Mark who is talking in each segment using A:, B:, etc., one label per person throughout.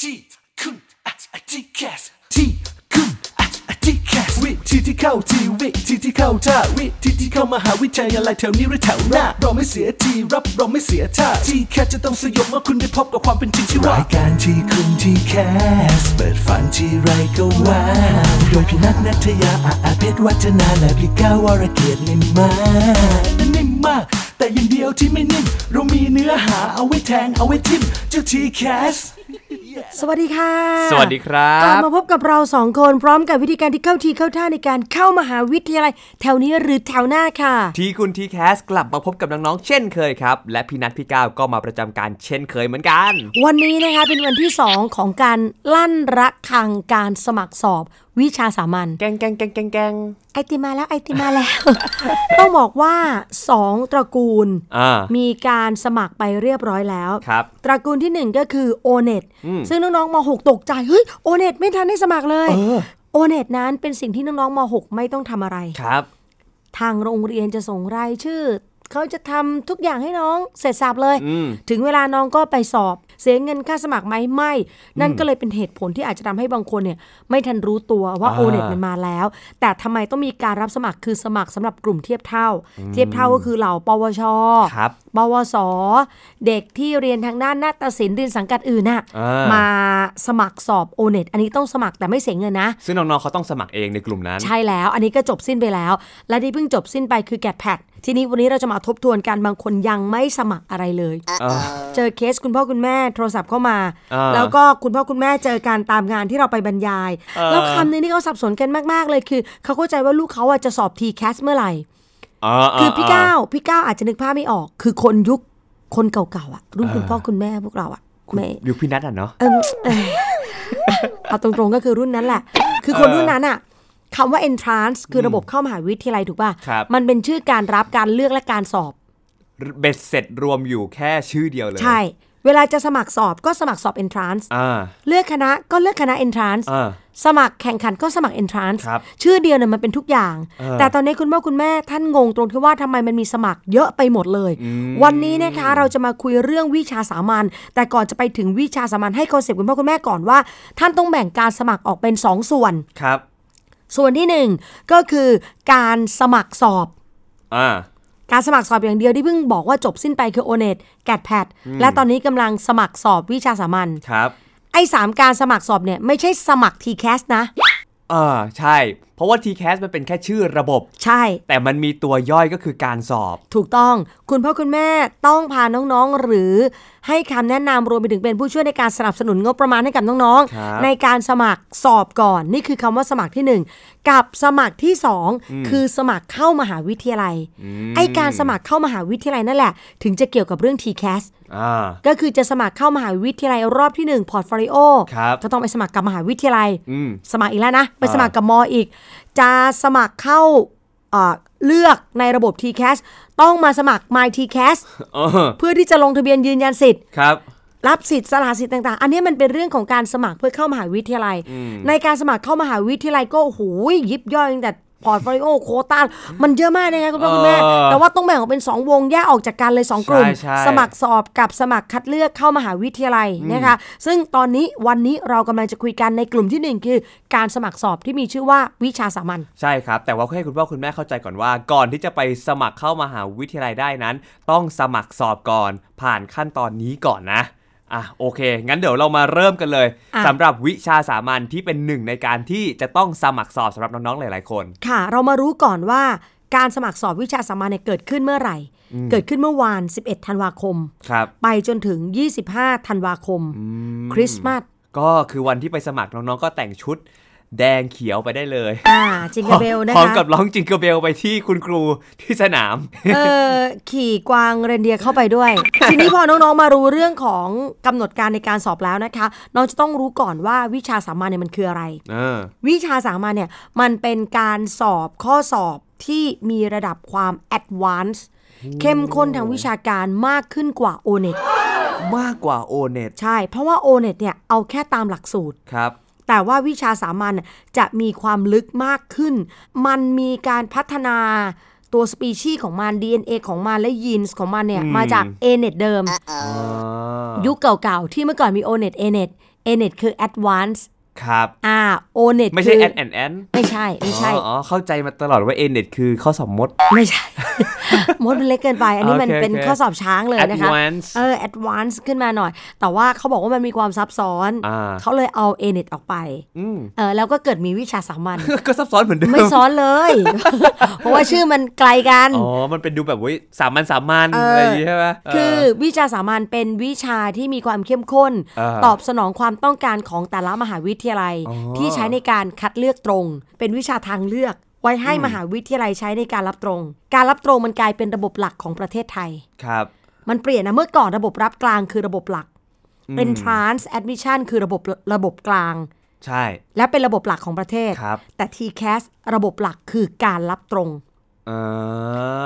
A: ที่คุณอ่ะอ่ะที่แคสที่คุณอ่ะอ่ะที่แคสวิธีที่เข้าทีวิธีที่เข้าท่าวิธีที่เข้ามหาวิทยาลัยแถวนี้หรือแถวหน้าเราไม่เสียทีรับเราไม่เสียท่าที่แคสจะต้องสยบเมื่อคุณได้พบกับความเป็นจริงที่ว่ารายการที่คุณที่แคสเปิดฝันที่ไรก็ว่าโดยพี่นัทนัทยาอาอาเพชรวัฒนาและพี่ก้าวรเกียรตินิ่มมากนิ่มมาก แต่อยังเดียวที่ไม่นิ่มเรามีเนื้อหาเอาไว้แทงเอาไว้ทิมเจ้าทีแคส
B: สวัสดีค่ะ
C: สวัสดีครับ
B: กลับมาพบกับเราสองคนพร้อมกับวิธีการที่เข้าทีเข้าท่าในการเข้ามหาวิทยาลัย แถวนี้หรือแถวหน้าค่ะ
C: ทีคุณทีแคสกลับมาพบกับน้องๆเช่นเคยครับ และพี่นัทพี่ก้าวก็มาประจำการเช่นเคยเหมือนกัน
B: วันนี้นะคะเป็นวันที่ 2 ของการลั่นระฆังการสมัครสอบวิชาสามัญ
C: แกงแกงแกงแกงแกง
B: ไอติมมาแล้วไอติมมาแล้ว ต้องบอกว่า 2 ตระกูล
C: อ่า
B: มีการสมัครไปเรียบร้อยแล้ว
C: ครับ
B: ตระกูลที่หนึ่งก็คือโอเน็ตซึ่งน้องๆม .6 ตกใจ เฮ้ยโอเน็ตไม่ทันได้สมัครเลยโอเน็ตนั้นเป็นสิ่งที่น้องๆม .6 ไม่ต้องทำอะไร
C: ครับ
B: ทางโรงเรียนจะส่งรายชื่อ เขาจะทำทุกอย่างให้น้องเสร็จสับเลย ถึงเวลาน้องก็ไปสอบ เสียเงินค่าสมัครไหมไม่ นั่นก็เลยเป็นเหตุผลที่อาจจะทำให้บางคนเนี่ยไม่ทันรู้ตัวว่า
C: อ่า
B: โอเน็ตมันมาแล้ว แต่ทำไมต้องมีการรับสมัครคือสมัครสำหรับกลุ่มเทียบเท่า เทียบเท่าก็คือเหล่าปวช
C: ครับ
B: ปวส เด็กที่เรียนทางด้านนาฏศิลป์เรียนสังกัดอื่นน่ะ
C: อ่าม
B: มาสมัครสอบโอเน็ตอันนี้ต้องสมัครแต่ไม่เสียเงินนะ
C: ซึ่งน้องๆเขาต้องสมัครเองในกลุ่มนั้น
B: ใช่แล้ว อันนี้ก็จบสิ้นไปแล้ว และที่เพิ่งจบสิ้นไปคือแกดแพดทีนี้วันนี้เราจะมาทบทวนกันบางคนยังไม่สมัครอะไรเลย เจอเคสคุณพ่อคุณแม่โทรศัพท์เข้ามา
C: อ่า
B: แล้วก็คุณพ่อคุณแม่เจอการตามงานที่เราไปบรรยาย
C: เออ
B: แล้วคำหนึงที่เขาสับสนกันมากๆเลยคือ เขาเข้าใจว่าลูกเขาอะจะสอบทีแคสเมื่อไหร่ คือพี่ก้าวพี่ก้าวอาจจะนึกภาพไม่ออก คือคนยุคคนเก่าๆอะรุ่นคุณพ่อคุณแม่พวกเราอะไม่
C: อยู่พี่นัทอ่ะเนาะ
B: เอิ่มเอ่อเอาตรงๆก็คือรุ่นนั้นแหละ คือคนรุ่นนั้นอะคำว่า entrance คือระบบเข้ามหาวิทยาลัยถูกป่ะ
C: ครับ
B: มันเป็นชื่อการรับการเลือกและการสอบ
C: เบ็ดเสร็จรวมอยู่แค่ชื่อเดียวเลย
B: ใช่ เวลาจะสมัครสอบก็สมัครสอบ entrance
C: อ่า
B: เลือกคณะก็เลือกคณะ entrance
C: อ่า
B: สมัครแข่งขันก็สมัคร entrance
C: ครับ
B: ชื่อเดียวเนี่ยมันเป็นทุกอย่าง
C: เออ
B: แต่ตอนนี้คุณพ่อคุณแม่ท่านงงตรงที่ว่าทำไมมันมีสมัครเยอะไปหมดเลย วันนี้นะคะเราจะมาคุยเรื่องวิชาสามัญแต่ก่อนจะไปถึงวิชาสามัญให้คอนเซปต์คุณพ่อคุณแม่ก่อนว่า ท่านต้องแบ่งการสมัครออกเป็น 2 ส่วน
C: ครับ
B: ส่วนที่หนึ่งก็คือการสมัครสอบ
C: อ่า
B: การสมัครสอบอย่างเดียวที่เพิ่งบอกว่าจบสิ้นไปคือ o n e t g a t p a d และตอนนี้กำลังสมัครสอบวิชาสามัญ
C: ครับ
B: ไอ้สามการสมัครสอบเนี่ยไม่ใช่สมัคร t c a s นะ
C: อ่า ใช่ เพราะว่าทีแคสมันเป็นแค่ชื่อระบบ
B: ใช่
C: แต่มันมีตัวย่อยก็คือการสอบ
B: ถูกต้องคุณพ่อคุณแม่ต้องพาน้องๆ หรือให้คำแนะนำรวมไปถึงเป็นผู้ช่วยในการสนับสนุนงบประมาณให้กับน้อง
C: ครับ
B: ๆ ในการสมัครสอบก่อน นี่คือคำว่าสมัครที่หนึ่งกับสมัครที่สองคือสมัครเข้ามหาวิทยาลัย ไอการสมัครเข้ามหาวิทยาลัยนั่นแหละ ถึงจะเกี่ยวกับเรื่อง t c a s
C: อ่า
B: ก็คือจะสมัครเข้ามหาวิทยาลัยรอบที่ 1 พอร์ตโฟลิโอ
C: ครับ
B: ก็ต้องไปสมัครกับมหาวิทยาลัย
C: อืม
B: สมัครอีกแล้วนะ ไปสมัครกับมออีก จะสมัครเข้าเอ่อเลือกในระบบ TCAS ต้องมาสมัคร My TCAS
C: เออ
B: เพื่อที่จะลงทะเบียนยืนยันสิทธิ์
C: ครับ
B: รับสิทธิ์สละสิทธิ์ต่างๆ อันนี้มันเป็นเรื่องของการสมัครเพื่อเข้ามหาวิทยาลัย ในการสมัครเข้ามหาวิทยาลัยก็โอ้โหยิบย่อยตั้งแต่พอร์ตโฟลิโอโคต้ามันเยอะมากนะคะคุณพ่อคุณแม่
C: เออ
B: แต่ว่าต้องแบ่งออกเป็น 2 วงแยกออกจากกันเลย 2 กลุ่ม
C: ใช่ใช่
B: สมัครสอบกับสมัครคัดเลือกเข้ามหาวิทยาลัยนะคะ ซึ่งตอนนี้วันนี้เรากำลังจะคุยกันในกลุ่มทีหนึ่1 คือ การสมัครสอบที่มีชื่อว่าวิชาสามัญ
C: ใช่ครับ แต่ว่าให้คุณพ่อคุณแม่เข้าใจก่อนว่า ก่อนที่จะไปสมัครเข้ามาหาวิทยาลัยได้นั้น ต้องสมัครสอบก่อน ผ่านขั้นตอนนี้ก่อนนะอ่ะโอเค งั้นเดี๋ยวเรามาเริ่มกันเลย
B: อ่ะ
C: สำหรับวิชาสามัญที่เป็นหนึ่งในการที่จะต้องสมัครสอบสำหรับน้องๆหลายๆคน
B: ค่ะเรามารู้ก่อนว่าการสมัครสอบวิชาสามัญเนี่ยเกิดขึ้นเมื่อไหร่ เกิดขึ้นเมื่อวาน 11 ธันวาคม
C: ครับ
B: ไปจนถึง 25 ธันวาคม คริสต์มาส
C: ก็คือวันที่ไปสมัครน้องๆก็แต่งชุด แดงเขียวไปได้เลย
B: อ่า จิงเกอร์เบลนะ
C: พร้อม
B: คะ
C: กับร้องจิงเกอร์เบลไปที่คุณครูที่สนาม
B: เออ ขี่กวางเรนเดียร์เข้าไป ด้วย ทีนี้พอน้องๆ มารู้เรื่องของกำหนดการในการสอบแล้วนะคะ น้องจะต้องรู้ก่อนว่าวิชาสามัญเนี่ยมันคืออะไร
C: เออ
B: วิชาสามัญเนี่ยมันเป็นการสอบข้อสอบที่มีระดับความแอดวานซ์เข้มข้นทางวิชาการมากขึ้นกว่า o n e t
C: มากกว่าโอเน็ต
B: ใช่ เพราะว่า o n e t เนี่ยเอาแค่ตามหลักสูตร
C: ครับ
B: แต่ว่าวิชาสามัญน่ะจะมีความลึกมากขึ้น มันมีการพัฒนาตัวสปีชีส์ของมัน DNA ของมันและยีนส์ของมันเนี่ย มาจาก a n e t เดิม
C: อ่า
B: ยุคเก่าๆ ที่เมื่อก่อนมี o n e t a n e t ANET คือ Advanced
C: ครับ
B: อ่า ONET
C: ไม่ใช่
B: คื
C: แอนแอนแอน
B: ไม่ใช่ไม่ใช่
C: อ๋อเข้าใจมาตลอดว่าเอเน็ตคือข้อสอบมด
B: ไม่ใช่ มดมันเล็กเกินไป อันนี้มัน
C: โอเค
B: เป็น
C: โอเค
B: ข้อสอบช้างเลยนะคะ
C: Advance
B: เออ advance ขึ้นมาหน่อย แต่ว่าเขาบอกว่ามันมีความซับซ้อน
C: อ่า
B: เขาเลยเอา a n e t ออกไปเออแล้วก็เกิดมีวิชาสามัญ
C: ก็ซับซ้อนเหมือนเดิม
B: ไม่ซ้อนเลย เพราะว่าชื่อมันไกลกัน
C: อ๋อ มันเป็นดูแบบว่าสามัญสามัญอะไรอย่างงี้ใช่ไหมเ
B: คือวิชาสามัญเป็นวิชาที่มีความเข้มข้น
C: อ่า
B: ตอบสนองความต้องการของแต่ละมหาวิทยาลัย
C: อ๋อ
B: ที่ใช้ในการคัดเลือกตรง เป็นวิชาทางเลือก ไว้ให้มหาวิทยาลัยใช้ในการรับตรง การรับตรงมันกลายเป็นระบบหลักของประเทศไทย
C: ครับ
B: มันเปลี่ยนนะเมื่อก่อนระบบรับกลางคือระบบหลัก เป็น trans admission คือระบบระบบกลาง
C: ใช่
B: และเป็นระบบหลักของประเทศ
C: ครับ
B: แต่ TCAS ระบบหลักคือการรับตรง
C: เอ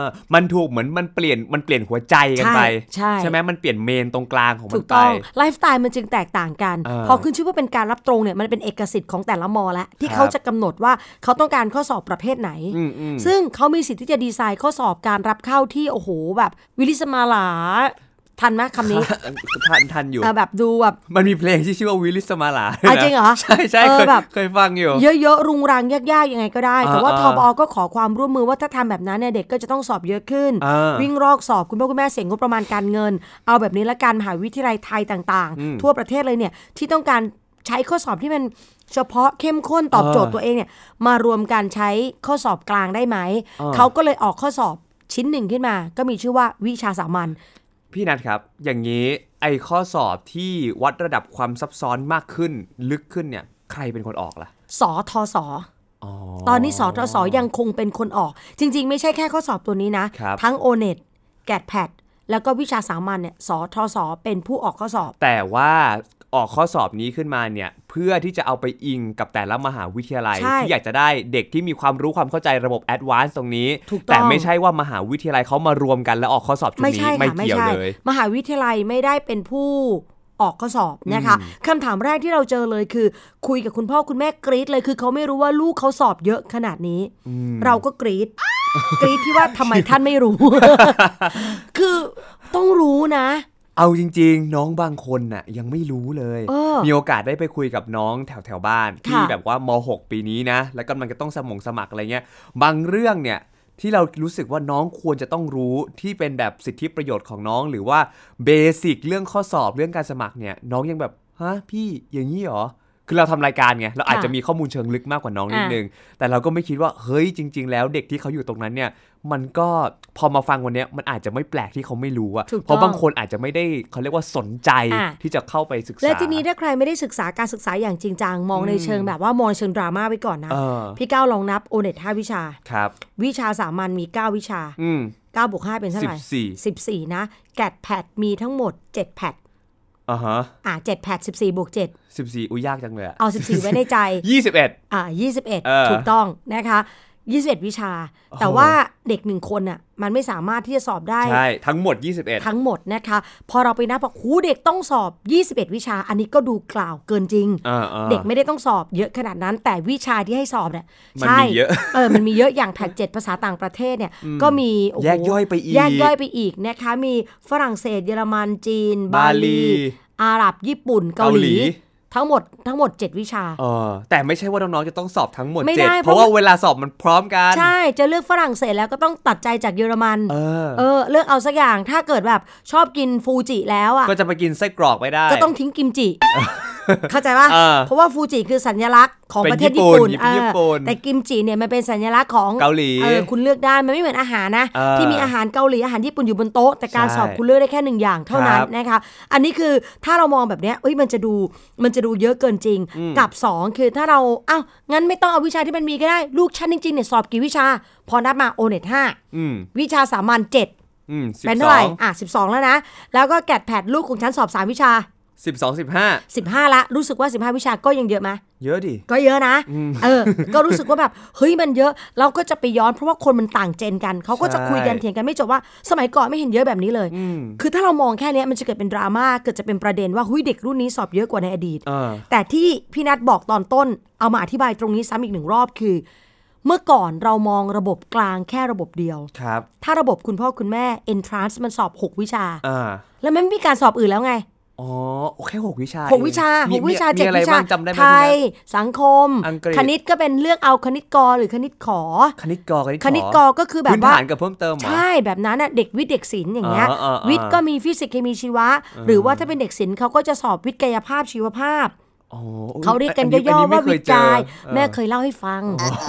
C: อมันถูกเหมือนมันเปลี่ยนมันเปลี่ยนหัวใจกันไป
B: ใช่ใช่
C: ไหมมันเปลี่ยนเมนตรงกลางของมั
B: ถู
C: น
B: ก
C: ไป
B: ต้องไลฟ์สไตล์มันจึงแตกต่างกัน
C: อ่า
B: พอขึ้นชื่อว่าเป็นการรับตรงเนี่ยมันเป็นเอกสิทธิ์ของแต่ละมอแล้วที่
C: ครับ
B: เขาจะกำหนดว่าเขาต้องการข้อสอบประเภทไหน
C: อืมอืม
B: ซึ่งเขามีสิทธิ์ที่จะดีไซน์ข้อสอบการรับเข้าที่โอ้โหแบบวิลิสมาหลาทันไหมคำนี้
C: ทันทันอยู่
B: เออแบบดูแบบ
C: มันมีเพลงที่ชื่อว่าวิลิสมาลา
B: อ่ะจริงเหรอ
C: ใช่ใช่
B: เออ
C: เคย
B: แบบ
C: เคยฟังอยู่
B: เยอะๆ รุงรังยากๆ ยังไงก็ได้ แต่ว่าท
C: อ่า
B: บอก็ขอความร่วมมือว่าถ้าทำแบบนั้นเนี่ยเด็กก็จะต้องสอบเยอะขึ้น
C: อ่า
B: วิ่งรอกสอบคุณพ่อคุณแม่เสียงงบประมาณการเงิน เอาแบบนี้ละกันมหาวิทยาลัยไทยต่างๆ ทั่วประเทศเลยเนี่ยที่ต้องการใช้ข้อสอบที่มันเฉพาะเข้มข้นตอบ
C: อ่า
B: โจทย์ตัวเองเนี่ยมารวมการใช้ข้อสอบกลางได้ไหม
C: อ่า
B: เขาก็เลยออกข้อสอบชิ้นหนึ่งขึ้นมา ก็มีชื่อว่าวิชาสามัญ
C: พี่นัทครับ อย่างนี้ไอข้อสอบที่วัดระดับความซับซ้อนมากขึ้น ลึกขึ้นเนี่ย ใครเป็นคนออกล่ะ
B: สทศ ตอนนี้สทศยังคงเป็นคนออก จริง ๆ ไม่ใช่แค่ข้อสอบตัวนี้นะ
C: ครับ
B: ทั้ง o n e t แกดแพดแล้วก็วิชาสามัญเนี่ยสทศเป็นผู้ออกข้อสอบ
C: แต่ว่าออกข้อสอบนี้ขึ้นมาเนี่ย เพื่อที่จะเอาไปอิงกับแต่ละมหาวิทยาลัย
B: ใช่
C: ที่อยากจะได้เด็กที่มีความรู้ความเข้าใจระบบแอดวานซ์ตรงนี้
B: ถูกต้อง
C: แต่ไม่ใช่ว่ามหาวิทยาลัยเขามารวมกันแล้วออกข้อสอบชุด
B: ไม่
C: นี้
B: ใช่
C: ไม่
B: ค่ะไม่
C: เกี่ยว
B: ใช่
C: เลย
B: มหาวิทยาลัยไม่ได้เป็นผู้ออกข้อสอบนะคะคำถามแรกที่เราเจอเลยคือ คุยกับคุณพ่อคุณแม่กรี๊ดเลยคือเขาไม่รู้ว่าลูกเขาสอบเยอะขนาดนี้ เราก็กรี๊ดกรี๊ดที่ว่าทำไมท่านไม่รู้ คือต้องรู้นะ
C: เอาจริงๆ น้องบางคนน่ะยังไม่รู้เลย
B: เออ
C: มีโอกาสได้ไปคุยกับน้องแถวแถวๆบ้าน ที่
B: ค่ะ
C: แบบว่าม6ปีนี้นะ แล้วกำลังจะต้องสมงสมัครอะไรเงี้ย บางเรื่องเนี่ยที่เรารู้สึกว่าน้องควรจะต้องรู้ที่เป็นแบบสิทธิประโยชน์ของน้องหรือว่าเบสิกเรื่องข้อสอบเรื่องการสมัครเนี่ย น้องยังแบบฮะพี่อย่างนี้เหรอคือเราทำรายการไงเราอาจจะมีข้อมูลเชิงลึกมากกว่าน้องนิด
B: อ่า
C: นึง แต่เราก็ไม่คิดว่าเฮ้ยจริง ๆ แล้วเด็กที่เขาอยู่ตรงนั้นเนี่ย มันก็พอมาฟังวันเนี้ยมันอาจจะไม่แปลกที่เขาไม่รู้อะ
B: ถูกต้อง
C: เพราะบางคนอาจจะไม่ได้เขาเรียกว่าสนใจ
B: อ่ะ
C: ที่จะเข้าไปศึกษา
B: และทีนี้ถ้าใครไม่ได้ศึกษาการศึกษาอย่างจริงจัง มองในเชิงแบบว่ามองในเชิงดราม่าไว้ก่อนนะ
C: เออ
B: พี่ก้าวลองนับโอเน็ตห้าวิชา
C: ครับ
B: วิชาสามัญมี 9 วิชา
C: อืม
B: 9 บวก 5 เป็นเท่าไหร่
C: 14
B: 14 นะ แกดแพดมีทั้งหมด 7 แพด
C: อ่าฮะ
B: อ่า7แพด14 บวก 7
C: สิบสี่อุ้ยยากจังเลยอะ
B: เอา 14 ไว้ในใจ
C: ยี่สิบเอ็ด
B: อ่า
C: เออ
B: 21 ถูกต้องนะคะ 21 วิชา แต่ว่าเด็กหนึ่งคนน่ะมันไม่สามารถที่จะสอบได้
C: ใช่ ทั้งหมดยี่สิบเอ็ด
B: ทั้งหมดนะคะ พอเราไปนับบอกหูเด็กต้องสอบ 21 วิชา อันนี้ก็ดูกล่าวเกินจริง
C: อ่าๆ
B: เด็กไม่ได้ต้องสอบเยอะขนาดนั้น แต่วิชาที่ให้สอบเนี่ย
C: มัน
B: ใช่
C: มีเยอะ
B: เออมันมีเยอะอย่างแผนเจ็ดภาษาต่างประเทศเนี่ยก็มีโโห
C: แยกย่อยไปอีก
B: แยกย่อยไปอีกนะคะ มีฝรั่งเศสเยอรมันจีน บา
C: บาลี
B: ลี อาหรับญี่ปุ่นเกา
C: เกาห
B: ห
C: ลี
B: ลี ทั้งหมดทั้งหมด 7 วิชา
C: เออแต่ไม่ใช่ว่าน้องๆจะต้องสอบทั้งหมด
B: ไม่
C: เจ็ด
B: ได้
C: เพ
B: เพ
C: ราะ
B: ราะ
C: ว่าเวลาสอบมันพร้อมกัน
B: ใช่จะเลือกฝรั่งเศสแล้วก็ต้องตัดใจจากเยอรมัน
C: เออ
B: เออเลือกเอาสักอย่างถ้าเกิดแบบชอบกินฟูจิแล้วอ่ะ
C: ก็จะไปกินไส้กรอกไม่ได้
B: ก็ต้องทิ้งกิมจิ เข้าใจป่ะ
C: เออ
B: เพราะว่าฟูจิคือสัญลักษณ์ของ
C: เป็น
B: ประเทศญี่ปุ่น
C: ญี่ปุ่
B: เอ
C: น
B: อ
C: ญี่ปุ่น
B: แต่กิมจิเนี่ยมันเป็นสัญลักษณ์ของ
C: เกาหลี
B: ออคุณเลือกได้ มันไม่เหมือนอาหารนะ
C: เออ
B: ที่มีอาหารเกาหลีอาหารญี่ปุ่นอยู่บนโต๊ะ แต่การ
C: ใช่
B: สอบคุณเลือกได้แค่หนึ่งอย่างเท่านั้น
C: ครับ
B: นะคะ อันนี้คือถ้าเรามองแบบเนี้ยเอ้ยมันจะดูมันจะดูเยอะเกินจริง กับสองคือถ้าเราเอ้างั้นไม่ต้องเอาวิชาที่มันมีก็ได้ลูกชั้นจริงๆเนี่ยสอบกี่วิชา พอนับมาโอเน็ตห้า
C: อืม
B: วิชาสามัญเจ็ด
C: อืมสิบ
B: เป็น
C: ส
B: เท่า
C: อ
B: ไหร่
C: ง
B: อ่ะสิบสองแล้วนะแล้วก็แกดแพดลูกของฉันสอบสามวิชา
C: สิบสองสิบห้า
B: 15 ละ รู้สึกว่า 15 วิชาก็ยังเยอะไหม
C: เยอะดิ
B: ก็เยอะนะเออ ก็รู้สึกว่าแบบ เฮ้ยมันเยอะ เราก็จะไปย้อนเพราะว่าคนมันต่างเจนกันเขาก็จะ
C: ใช่
B: คุยกันเถียงกันไม่จบว่า สมัยก่อนไม่เห็นเยอะแบบนี้เลย คือถ้าเรามองแค่เนี้ยมันจะเกิดเป็นดราม่าเกิดจะเป็นประเด็นว่าหุ้ยเด็กรุ่นนี้สอบเยอะกว่าในอดีต
C: เออ
B: แต่ที่พี่นัทบอกตอนต้น เอามาอธิบายตรงนี้ซ้ำอีกหนึ่งรอบคือ เมื่อก่อนเรามองระบบกลางแค่ระบบเดียว
C: ครับ
B: ถ้าระบบคุณพ่อคุณแม่ entrance มันสอบหกวิชา
C: อ่า
B: แล้วมันไม่มีการสอบอื่นแล้วไง
C: อ๋อโอเคหกวิชา
B: หกวิชา
C: เอง
B: หกวิชา
C: มี
B: เจ็ด
C: มีอะไร
B: วิชา
C: บ้างจำได้ไหม
B: ไท
C: พี่
B: ย
C: นัท
B: สังคม
C: อังกฤษ
B: คณิตก็เป็นเลือกเอาคณิตกรหรือคณิตขอ
C: คณิตกร
B: คณิตกรก็คือแบบ
C: พื้น
B: ว่า
C: ฐานกับเพิ่มเติมเหรอ
B: ใช่แบบนั้นน่ะเด็กวิทย์เด็กศิลป์อย่างเงี้ย
C: อ่าอ่าอ่า
B: วิทย์ก็มีฟิสิกส์เคมีชีวะ หรือว่าถ้าเป็นเด็กศิลป์เขาก็จะสอบวิทย์กายภาพชีวภาพ
C: อ๋อ
B: เขาเรียกกัน
C: นนี้
B: ย่อ
C: นี้
B: ๆ
C: ไม่
B: ว่า
C: เค
B: วิ
C: เจ
B: จั
C: อย เออ
B: แม่เคยเล่าให้ฟัง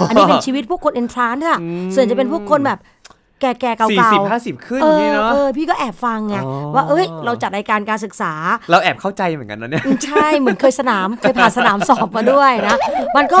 B: อันนี้เป็นชีวิตพวกคนเอนทรานซ์อะส่วนจะเป็นพวกคนแบบแก่ๆเก่า
C: สี่สิบห้าสิบขึ้น
B: เอ
C: อ
B: อ
C: ย่างนี้เนาะ
B: เออพี่ก็แอบฟังไง
C: อ๋อ
B: ว่าเอ้ย เราจัดรายการการศึกษา
C: เราแอบเข้าใจเหมือนกันนะเนี่ย
B: ใช่เหมือนเคยสนามเคยผ่านสนามสอบมาด้วยนะมันก็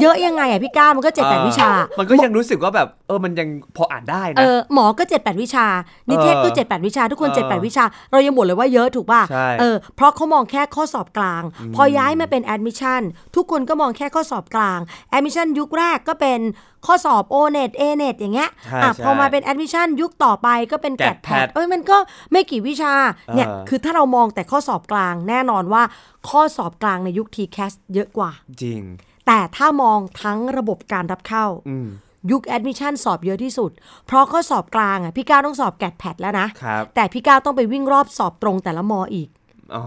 B: เยอะยังไงอ่ะพี่ก้าวมันก็เจ็ดแปด
C: อ่
B: วิชา
C: มันก็ยังรู้สึกว่าแบบ เออ มันยังพออ่านได้
B: เอ
C: นะ
B: อหมอก็เจ็ดแปดวิชา นิเทศก็
C: เออ
B: เจ็ดแปดวิชา ทุกคน
C: เออ
B: เจ็ดแปดวิชา เรายังบ่นเลยว่าเยอะถูกป่ะ
C: ใช่
B: เออเพราะเขามองแค่ข้อสอบกลาง พอย้ายมาเป็นแอดมิชชั่นทุกคนก็มองแค่ข้อสอบกลางแอดมิชชั่นยุคแรกก็เป็นข้อสอบ o n e t a n e t อย่างเงี้ย
C: ใช่
B: อ่ะ
C: ใช่
B: พอมาเป็นแอดมิชชั่นยุคต่อไปก็เป็นแกดแพด
C: GAT-PAT
B: เอ้ยมันก็ไม่กี่วิชาเนี่ย
C: เออ
B: คือถ้าเรามองแต่ข้อสอบกลาง แน่นอนว่าข้อสอบกลางในยุค TCAS เยอะกว่า
C: จริง
B: แต่ถ้ามองทั้งระบบการรับเข้า
C: อืม
B: ยุคแอดมิชชั่นสอบเยอะที่สุด เพราะข้อสอบกลางอ่ะพี่ก้าวต้องสอบแกดแพดแล้วนะ
C: ครับ
B: แต่พี่ก้าวต้องไปวิ่งรอบสอบตรงแต่ละมออีก
C: อ๋อ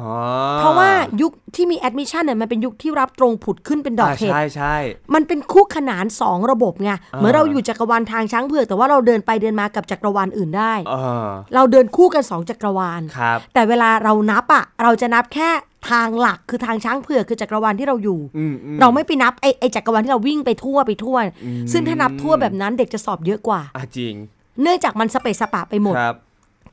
B: เพราะว่ายุคที่มีแอดมิชชั่นเนี่ยมันเป็นยุคที่รับตรงผุดขึ้นเป็นดอก
C: า
B: เห็ด
C: ใช่ใช่
B: มันเป็นคู่ขนาน 2 ระบบไง เหมือนเราอยู่จักรวาลทางช้างเผือกแต่ว่าเราเดินไปเดินมากับจักรวาลอื่นได้
C: เออ
B: เราเดินคู่กัน 2 จักรวาล
C: ครับ
B: แต่เวลาเรานับอ่ะเราจะนับแค่ทางหลักคือทางช้างเผือกคือจักรวาลที่เราอยู่
C: อืมอืม
B: เราไม่ไปนับไอ้ไอ้จักรวาลที่เราวิ่งไปทั่วไปทั่ว ซึ่งถ้านับทั่วแบบนั้นเด็กจะสอบเยอะกว่า
C: อ่ะจริง
B: เนื่องจากมันสเปซสปะไปหมด
C: ครับ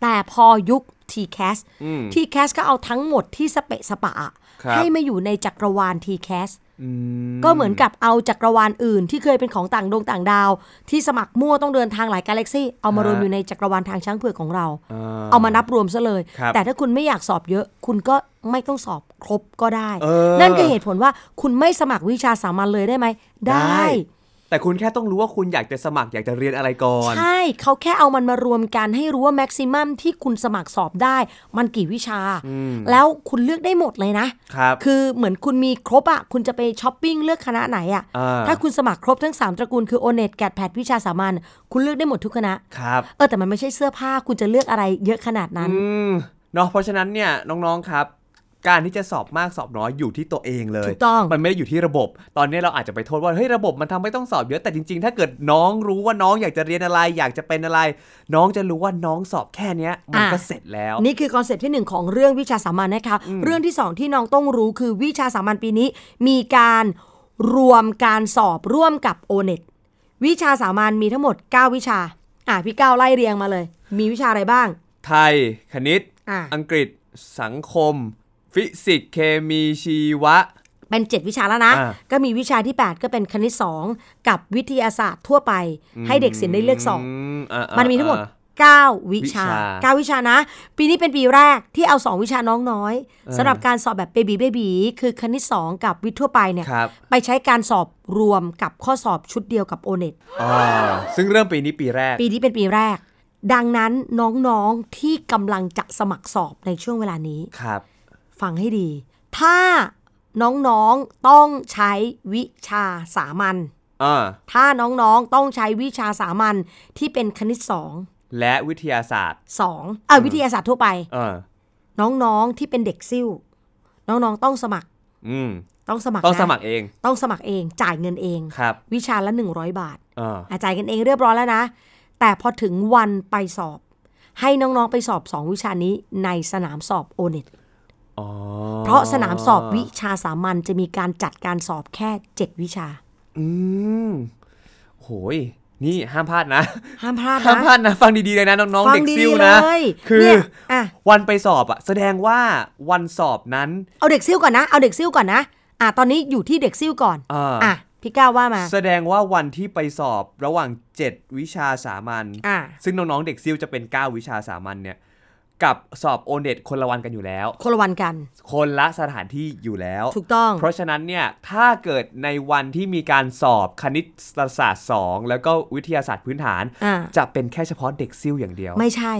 B: แต่พอยุค TCAS
C: อืม
B: TCAS ก็เอาทั้งหมดที่สเปะสปะอะ
C: ครับ
B: ให้มาอยู่ในจักรวาล TCAS
C: อืม
B: ก็เหมือนกับเอาจักรวาลอื่น ที่เคยเป็นของต่างดวงต่างดาว ที่สมัครมั่วต้องเดินทางหลายกาแล็กซี่เอามารวม
C: ฮะ
B: อยู่ในจักรวาลทางช้างเผือกของเรา
C: อ่
B: เอามานับรวมซะเลย
C: ครับ
B: แต่ถ้าคุณไม่อยากสอบเยอะ คุณก็ไม่ต้องสอบครบก็ได้
C: เออ
B: นั่นก็เหตุผลว่าคุณไม่สมัครวิชาสามัญเลยได้ไหม ได้
C: แต่คุณแค่ต้องรู้ว่าคุณอยากจะสมัครอยากจะเรียนอะไรก่อน
B: ใช่ เขาแค่เอามันมารวมกันให้รู้ว่าแม็กซิมัมที่คุณสมัครสอบได้ มันกี่วิชา แล้วคุณเลือกได้หมดเลยนะ
C: ครับ
B: คือเหมือนคุณมีครบอ่ะ คุณจะไปช้อปปิ้งเลือกคณะไหนอ่ะ
C: อ่า
B: ถ้าคุณสมัครครบทั้ง 3 ตระกูลคือโอเน็ตแกดแพดวิชาสามัญคุณเลือกได้หมดทุกคณะ
C: ครับ
B: เออแต่มันไม่ใช่เสื้อผ้าคุณจะเลือกอะไรเยอะขนาดนั้น
C: อืมเนาะเพราะฉะนั้นเนี่ยน้องๆครับ การที่จะสอบมากสอบน้อยอยู่ที่ตัวเองเลย
B: ถูกต้อง
C: มันไม่ได้อยู่ที่ระบบ ตอนนี้เราอาจจะไปโทษว่าเฮ้ยระบบมันทำให้ต้องสอบเยอะแต่จริง ๆ ถ้าเกิดน้องรู้ว่าน้องอยากจะเรียนอะไร อยากจะเป็นอะไร น้องจะรู้ว่าน้องสอบแค่เนี้ยมัน
B: อ่ะ
C: ก็เสร็จแล้ว
B: นี่คือคอนเซปต์ที่หนึ่งของเรื่องวิชาสามัญนะคะ เรื่องที่สองที่น้องต้องรู้คือวิชาสามัญปีนี้ มีการรวมการสอบร่วมกับ o n e t วิชาสามัญมีทั้งหมด 9 วิชา อ่ะพี่ก้าวไล่เรียงมาเลย มีวิชาอะไรบ้าง
C: ไทย คณิต
B: อ่ะ
C: อังกฤษ สังคม ฟิสิกส์เคมีชีวะ
B: เป็น 7 วิชาแล้วนะ
C: อ่า
B: ก็มีวิชาที่ 8 ก็เป็นคณิต 2 กับวิทยาศาสตร์ทั่วไป ให้เด็กศิลป์ได้เลือกสอบ
C: มอ่ะอ่ะ
B: มันมีทั้งหมด
C: อ่ะ
B: 9 วิชา
C: วิชา
B: 9 วิชานะ ปีนี้เป็นปีแรกที่เอา 2 วิชาน้องน้อยสำหรับการสอบแบบเบบีเบบีคือคณิต 2 กับวิทย์ทั่วไปเนี่ย
C: ครับ
B: ไปใช้การสอบรวมกับข้อสอบชุดเดียวกับ o n e t
C: อ่าซึ่งเริ่มปีนี้ปีแรก
B: ปีนี้เป็นปีแรก ดังนั้นน้องๆที่กำลังจะสมัครสอบในช่วงเวลานี้
C: ครับ
B: ฟังให้ดี ถ้าน้องๆต้องใช้วิชาสามัญ
C: อ่า
B: ถ้าน้องๆต้องใช้วิชาสามัญที่เป็นคณิต 2
C: และวิทยาศาสตร์
B: 2เอ่อวิทยาศาสตร์ทั่วไป
C: อ่า
B: น้องๆที่เป็นเด็กซิ่วน้องๆต้องสมัคร
C: อืม
B: ต้องสมัคร
C: ต้องสมั
B: นะ
C: ครเอง
B: ต้องสมัครเองจ่ายเงินเอง
C: ครับ
B: วิชาละ 100 บาท
C: อ่า
B: อาจ่ายกันเองเรียบร้อยแล้วนะ แต่พอถึงวันไปสอบ ให้น้องๆไปสอบ 2 วิชานี้ในสนามสอบโอเน็ต
C: อ๋อ
B: เพราะสนามสอบวิชาสามัญจะมีการจัดการสอบแค่ 7 วิชา
C: อืมโหย นี่ห้ามพลาดนะ
B: ห้ามพลาด
C: ห้ามพลา
B: นะ
C: ดนะ ฟังดีๆเลยนะน้องๆ
B: ฟั
C: เด็ก
B: ดี
C: ซิ่ว
B: ๆเล
C: นะ
B: ย
C: คือ
B: เนี่ยอ่ะ
C: วันไปสอบอะแสดงว่าวันสอบนั้น
B: เอาเด็กซิ่วก่อนนะ เอาเด็กซิ่วก่อนนะ อ่ะตอนนี้อยู่ที่เด็กซิ่วก่อน
C: อ่า
B: อ่ะพี่ก้าวว่ามา
C: แสดงว่าวันที่ไปสอบระหว่าง 7 วิชาสามัญ
B: อ่า
C: ซึ่งน้องๆ เด็กซิ่วจะเป็น 9 วิชาสามัญเนี่ย กับสอบโอนเดตคนละวันกันอยู่แล้ว
B: คนละวันกัน
C: คนละสถานที่อยู่แล้ว
B: ถูกต้อง
C: เพราะฉะนั้นเนี่ยถ้าเกิดในวันที่มีการสอบคณิตศาสตร์ 2 แล้วก็วิทยาศาสตร์พื้นฐาน
B: อ่า
C: จะเป็นแค่เฉพาะเด็กซิ่วอย่างเดียว
B: ไม่ใช่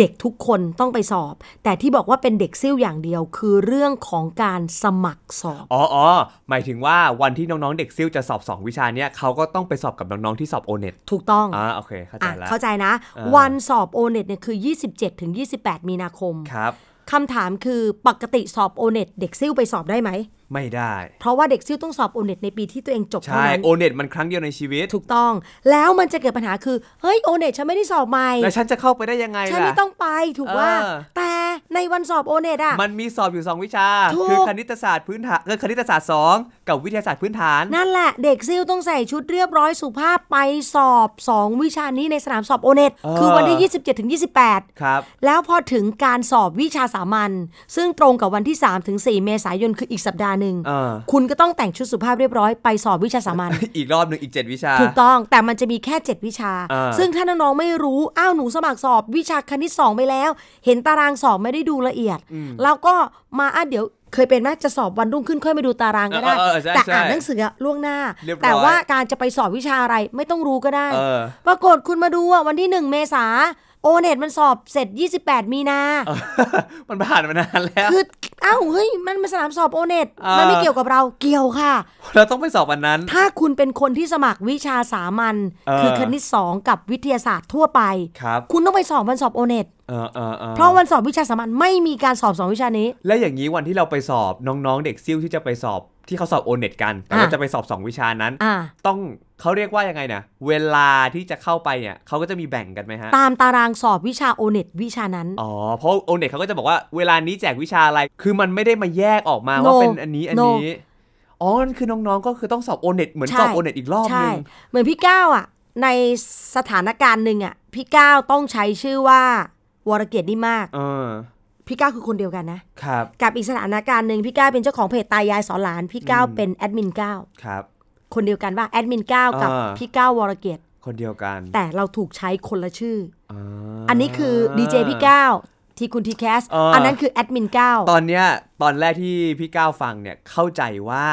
B: เด็กทุกคนต้องไปสอบ แต่ที่บอกว่าเป็นเด็กซิ่วอย่างเดียว คือเรื่องของการสมัครสอบ
C: อ๋ออ๋อหมายถึงว่าวันที่น้องๆ เด็กซิ่วจะสอบ 2 วิชาเนี่ยเขาก็ต้องไปสอบกับน้องๆ ที่สอบโอเน็ต
B: ถูกต้อง
C: อ่าโอเค เข้าใจ
B: อ่ะ
C: แล้ว
B: เข้าใจนะ
C: อ่า
B: วันสอบโอเน็ตเนี่ยคือ 27ถึง28 มีนาคม
C: ครับ
B: คำถามคือปกติสอบโอเน็ตเด็กซิ่วไปสอบได้ไหม
C: ไม่ได้
B: เพราะว่าเด็กซิ่วต้องสอบโอเน็ตในปีที่ตัวเองจบเท่า
C: ใช่
B: นั้น
C: โอเน็ตมันครั้งเดียวในชีวิต
B: ถูกต้อง แล้วมันจะเกิดปัญหาคือเฮ้ยโอเน็ตฉันไม่ได้สอบใหม่
C: แล้วฉันจะเข้าไปได้ยังไง
B: ฉัน
C: ล่ะ
B: ไม่ต้องไปถูกว่า
C: เออ
B: แต่ในวันสอบโอเน็ตอะ
C: มันมีสอบอยู่ 2 วิชา
B: ถูก
C: คือคณิตศาสตร์พื้นฐานคือคณิตศาสตร์ 2 กับวิทยาศาสตร์พื้นฐาน
B: นั่นแหละเด็กซิ่วต้องใส่ชุดเรียบร้อยสุภาพไปสอบ 2 วิชานี้ในสนามสอบโอเน็ต
C: เออ
B: คือวันที่ 27ถึง28
C: ครับ
B: แล้วพอถึงการสอบวิชาสามัญซึ่งตรงกับวันที่3ถึง4เมษายนคืออีกสัปดาห์หนึ่ง
C: เออ
B: คุณก็ต้องแต่งชุดสุภาพเรียบร้อยไปสอบวิชาสามัญ
C: อีกรอบหนึ่งอีก 7 วิชา
B: ถูกต้องแต่มันจะมีแค่ 7 วิชา
C: อ่า
B: ซึ่งถ้าน้องๆไม่รู้อ้าวหนูสมัครสอบวิชาคณิต 2 ไปแล้ว เห็นตารางสอบไม่ได้ดูละเอียด แล้วก็มาอ่ะเดี๋ยวเคยเป็นไหมจะสอบวันรุ่งขึ้นค่อยมาดูตารางก็ได้
C: เออเออใช่
B: แต่
C: ใช่
B: อ่านหนังสือล่วงหน้า
C: เรียบร้อย
B: แต่ว่าการจะไปสอบวิชาอะไรไม่ต้องรู้ก็ได้
C: เออ
B: ปรากฏคุณมาดูอ่ะวันที่ 1 เมษาโอเน็ตมันสอบเสร็จ 28 มีนา
C: มันผ่านมานานแล้ว
B: คืออ้าวเฮ้ยมันเป็นสนามสอบโอเน็ต
C: อ่ามั
B: มันไม่เกี่ยวกับเราเกี่ยวค่ะ
C: เราต้องไปสอบวันนั้น
B: ถ้าคุณเป็นคนที่สมัครวิชาสามัญ
C: เออ
B: คือคณิตสองกับวิทยาศาสตร์ทั่วไป
C: ครับ
B: ณต้องไปสอบวันสอบโอเน็ต
C: เออเออเออ
B: เพราะวันสอบวิชาสามัญไม่มีการสอบสองวิชานี้
C: และอย่างนี้วันที่เราไปสอบน้องๆ เด็กซิ่วที่จะไปสอบที่เขาสอบโอเน็ตกัน แต่ว่า
B: อ่ะ
C: จะไปสอบ 2 วิชานั้น
B: อ่า
C: ต้องเขาเรียกว่ายังไงนะเวลาที่จะเข้าไปเนี่ยเขาก็จะมีแบ่งกันไหมฮะ
B: ตามตารางสอบวิชาโอเน็ตวิชานั้น
C: อ๋อ เพราะโอเน็ตเขาก็จะบอกว่าเวลานี้แจกวิชาอะไร คือมันไม่ได้มาแยกออกมา
B: No
C: ว่าเป็นอันนี้อัน
B: No
C: นี้ อ๋อนั่นคือน้องๆ ก็คือต้องสอบโอเน็ตเหมือน
B: ใช่
C: สอบโอเน็ตอีกรอบ
B: ใช่
C: นึง
B: เหมือนพี่ก้าวอ่ะ ในสถานการณ์หนึ่งอ่ะ พี่ก้าวต้องใช้ชื่อว่า วรเกียรตินี่มาก
C: เออ
B: พี่ก้าวคือคนเดียวกันนะ
C: ครับ
B: กับอีกสถานการณ์หนึ่งพี่ก้าวเป็นเจ้าของเพจตายายสอนหลานพี่ก้าวเป็นแอดมินก้าว
C: ครับ
B: คนเดียวกันว่าแอดมินก้าวกับ
C: อ่า
B: พี่ก้าววรเกียรติ
C: คนเดียวกัน
B: แต่เราถูกใช้คนละชื่อ
C: า
B: อันนี้คือดีเจพี่ก้าวทีคุณทีแคส
C: อ่า
B: อันนั้นคือแอดมินก้าว
C: ตอนเนี้ยตอนแรกที่พี่ก้าวฟังเนี่ยเข้าใจว่า